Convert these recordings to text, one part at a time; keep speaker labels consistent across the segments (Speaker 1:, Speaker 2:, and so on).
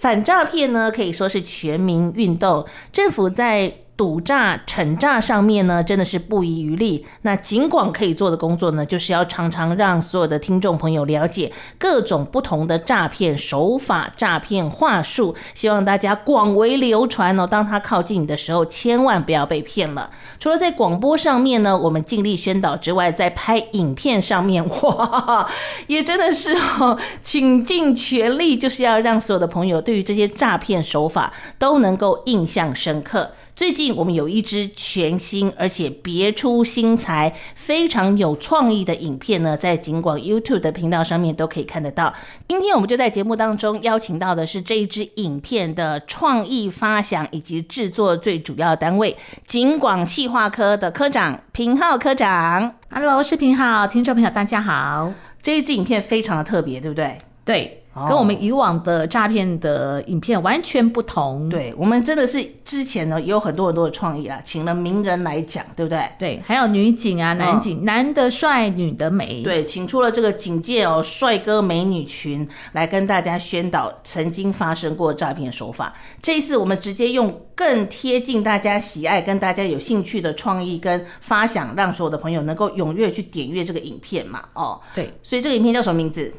Speaker 1: 反诈骗呢可以说是全民运动，政府在。赌诈、惩诈上面呢，真的是不遗余力。那警广可以做的工作呢，就是要常常让所有的听众朋友了解各种不同的诈骗手法、诈骗话术，希望大家广为流传哦。当它靠近你的时候，千万不要被骗了。除了在广播上面呢，我们尽力宣导之外，在拍影片上面，哇， 也真的是哦，倾尽全力，就是要让所有的朋友对于这些诈骗手法都能够印象深刻。最近我们有一支全新而且别出心裁、非常有创意的影片呢，在景广 YouTube 的频道上面都可以看得到。今天我们就在节目当中邀请到的是这一支影片的创意发想以及制作最主要单位——景广企划科的科长平浩科长。
Speaker 2: Hello，视频好，听众朋友大家好。
Speaker 1: 这一支影片非常的特别，对不对？
Speaker 2: 对，
Speaker 1: 哦
Speaker 2: 跟我们以往的诈骗的影片完全不同。
Speaker 1: 对，我们真的是之前呢也有很多很多的创意啦，请了名人来讲，对不对？
Speaker 2: 对，还有女警啊，男警，男的帅，女的美。
Speaker 1: 对，请出了这个警戒哦，帅哥美女群来跟大家宣导曾经发生过诈骗手法。这一次我们直接用更贴近大家喜爱、跟大家有兴趣的创意跟发想，让所有的朋友能够踊跃去点阅这个影片嘛。哦，
Speaker 2: 对，
Speaker 1: 所以这个影片叫什么名字？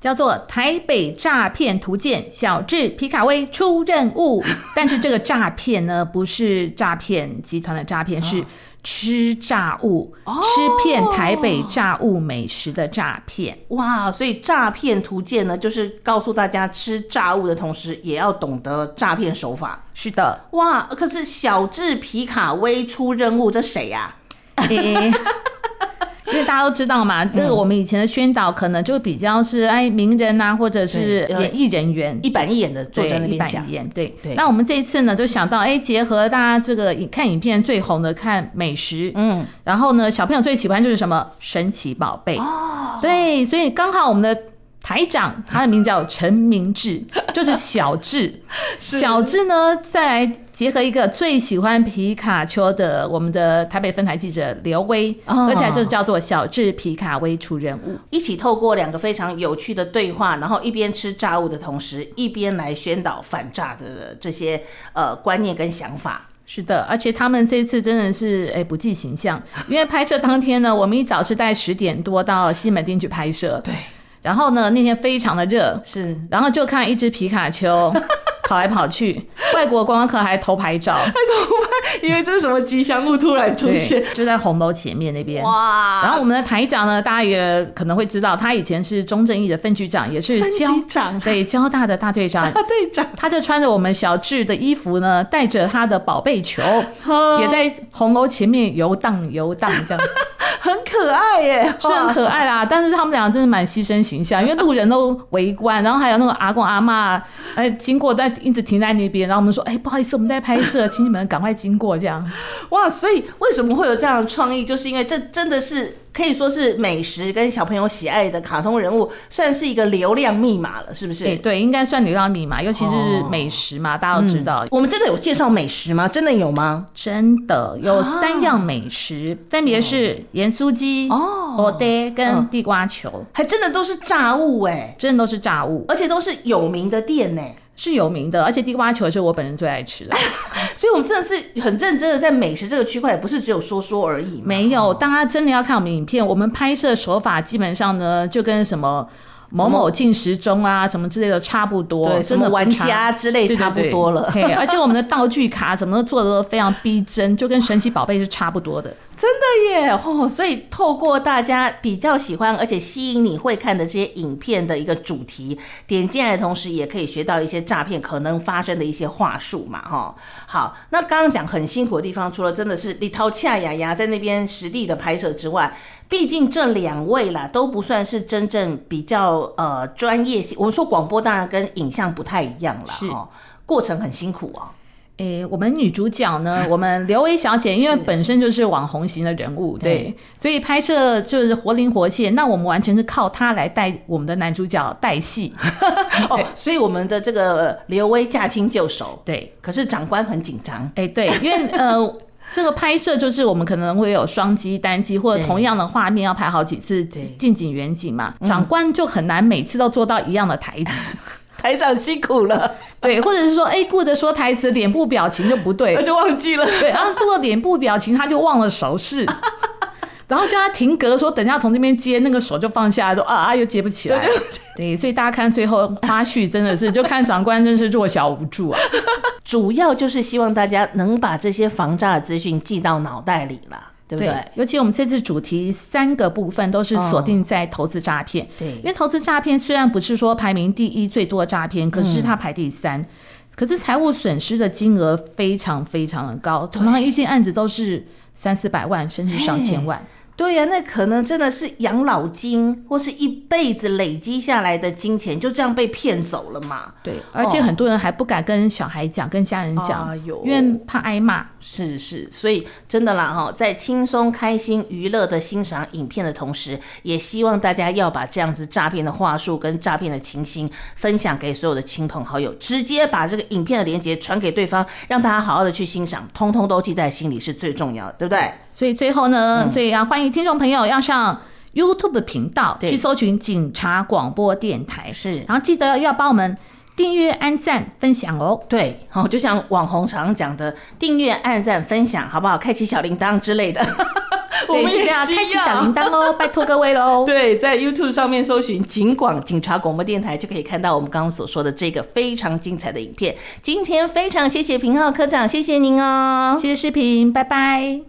Speaker 2: 叫做《台北诈骗图鉴》，小智皮卡威出任务。 但是这个诈骗呢，不是诈骗集团的诈骗，是吃炸物，吃遍台北炸物美食的诈骗。
Speaker 1: 哇，所以诈骗图鉴呢，就是告诉大家吃炸物的同时，也要懂得诈骗手法。
Speaker 2: 是的，
Speaker 1: 哇，可是小智皮卡威出任务，这谁呀、
Speaker 2: 诶 因为大家都知道
Speaker 1: 嗯
Speaker 2: 嘛，这个我们以前的宣导可能就比较是哎名人啊，或者是
Speaker 1: 对
Speaker 2: 演艺人员。
Speaker 1: 一板一眼的坐
Speaker 2: 对
Speaker 1: 在那
Speaker 2: 一
Speaker 1: 边
Speaker 2: 板
Speaker 1: 讲
Speaker 2: 一。眼，对
Speaker 1: 对
Speaker 2: 那我们这一次呢，就想到，哎，结合大家这个影看影片最红的看美食，
Speaker 1: 嗯，
Speaker 2: 然后呢，小朋友最喜欢就是什么神奇宝贝对，所以刚好我们的台长他的名叫陈明志，就是小智。小智呢，再来结合一个最喜欢皮卡丘的我们的台北分台记者刘威，
Speaker 1: 哦
Speaker 2: 而且就叫做小智皮卡威出任务。
Speaker 1: 一起透过两个非常有趣的对话，然后一边吃炸物的同时，一边来宣导反诈的这些呃观念跟想法。
Speaker 2: 是的，而且他们这次真的是哎不计形象，因为拍摄当天呢，我们一早是在十点多到西门町去拍摄，对，然后呢那天非常的热，
Speaker 1: 是，
Speaker 2: 然后就看一只皮 卡丘跑来跑去，外国观光客还偷 拍照，
Speaker 1: 因为这是什么吉祥物突然
Speaker 2: 对，就在红楼前面那边。
Speaker 1: 哇！
Speaker 2: 然后我们的台长呢，大家也可能会知道，他以前是中正义的分局长，也是交
Speaker 1: 分局长
Speaker 2: 对交大的大 队长。
Speaker 1: 队长
Speaker 2: 他就穿着我们小智的衣服呢，带着他的宝贝 球，也在红楼前面游荡游荡，这样子
Speaker 1: 很可爱耶，
Speaker 2: 是很可爱啦。但是他们俩真的蛮牺牲形象，因为路人都围观， 然后还有那个阿公阿妈，哎，经过但一直停在那边，然后我们说，哎，不好意思，我们在拍摄，请你们赶快经过这样。
Speaker 1: 哇！所以为什么会有这样的创意？就是因为这真的是可以说是美食跟小朋友喜爱的卡通人物，算是一个流量密码了，是不是？
Speaker 2: 对对，应该算流浪米嘛，尤其是
Speaker 1: 哦
Speaker 2: 美食嘛，大家都知道。
Speaker 1: 我们真的有介绍美食吗？真的有吗？
Speaker 2: 嗯真的有三样美食，分别是盐酥鸡、
Speaker 1: 哦
Speaker 2: 哦爹跟
Speaker 1: 嗯
Speaker 2: 地瓜球，
Speaker 1: 还真的都是炸物哎，
Speaker 2: 真的都是炸物。
Speaker 1: 而且都是有名的店呢。
Speaker 2: 是有名的，而且地瓜球是我本人最爱吃的。
Speaker 1: 所以我们真的是很认真的在美食这个区块，也不是只有说说而已嘛。
Speaker 2: 没有，大家真的要看我们影片，我们拍摄手法基本上呢，就跟什么某某进食中啊什么之类的差不多，
Speaker 1: 对，什
Speaker 2: 真的
Speaker 1: 么
Speaker 2: 不
Speaker 1: 玩
Speaker 2: 差
Speaker 1: 家之类
Speaker 2: 对对
Speaker 1: 差不
Speaker 2: 对
Speaker 1: 多了。
Speaker 2: 嘿而且我们的道具卡什么都做的都非常逼真，就跟神奇宝贝是差不多的。
Speaker 1: 真的耶！哦，所以透过大家比较喜欢而且吸引你会看的这些影片的一个主题，点进来的同时，也可以学到一些诈骗可能发生的一些话术嘛，哈、好，那刚刚讲很辛苦的地方，除了真的是立涛恰雅雅在那边实地的拍摄之外，毕竟这两位啦都不算是真正比较呃专业性。我们说广播当然跟影像不太一样了，
Speaker 2: 是
Speaker 1: 哦，过程很辛苦哦。
Speaker 2: 诶、我们女主角 呢，我们刘薇小姐，因为本身就是网红型的人物，对，
Speaker 1: 对
Speaker 2: 所以拍摄就是活灵活现。那我们完全是靠她来带我们的男主角带戏，
Speaker 1: 哦，所以我们的这个刘威驾轻就熟。
Speaker 2: 对。
Speaker 1: 可是长官很紧张，
Speaker 2: 哎、对，因为呃，这个拍摄就是我们可能会有双机、单机，或者
Speaker 1: 对
Speaker 2: 同样的画面要拍好几次近景、远景嘛。长官就很难每次都做到一样的台词，
Speaker 1: 台长辛苦了，
Speaker 2: 对，或者是说，哎、顾着说台词，脸部表情就不对
Speaker 1: 我，就忘记了。
Speaker 2: 对，然后做了脸部表情，他就忘了手势， 然后叫他停格说，等一下从那边接，那个手就放下来，都啊啊又接不起来。对，所以大家看最后花絮，真的是就看长官真是弱小无助啊。
Speaker 1: 主要就是希望大家能把这些防诈的资讯记到脑袋里啦，对不对？
Speaker 2: 尤其我们这次主题三个部分都是锁定在投资诈骗，
Speaker 1: 对
Speaker 2: 因为投资诈骗虽然不是说排名第一最多的诈骗，可是它排第三。
Speaker 1: 嗯
Speaker 2: 可是财务损失的金额非常非常的高，常常一件案子都是三四百万，甚至上千万。
Speaker 1: 对呀、那可能真的是养老金或是一辈子累积下来的金钱，就这样被骗走了嘛？
Speaker 2: 对，而且很多人还不敢跟小孩讲，跟家人讲，
Speaker 1: 哎呦
Speaker 2: 因为怕挨骂。
Speaker 1: 是是，所以真的啦哈，在轻松、开心、娱乐的欣赏影片的同时，也希望大家要把这样子诈骗的话术跟诈骗的情形分享给所有的亲朋好友，直接把这个影片的链接传给对方，让大家好好的去欣赏，通通都记在心里是最重要的，对不对？
Speaker 2: 所以最后
Speaker 1: 嗯
Speaker 2: 呢，所以要欢迎听众朋友要上 YouTube 频道
Speaker 1: 对
Speaker 2: 去搜寻警察广播电台，
Speaker 1: 是
Speaker 2: 然后记得要帮我们订阅、按赞、分享哦。
Speaker 1: 对，好、就像网红常常讲的，订阅、按赞、分享，好不好？开启小铃铛之类 的，我们
Speaker 2: 对，记
Speaker 1: 也
Speaker 2: 得要
Speaker 1: 需
Speaker 2: 开启
Speaker 1: 要
Speaker 2: 小铃铛哦，拜托各位 喽。
Speaker 1: 对，在 YouTube 上面搜寻“警广警察广播电台”，就可以看到我们刚刚所说的这个非常精彩的影片。今天非常谢谢平浩科长，谢谢您哦，
Speaker 2: 谢谢视频，拜拜。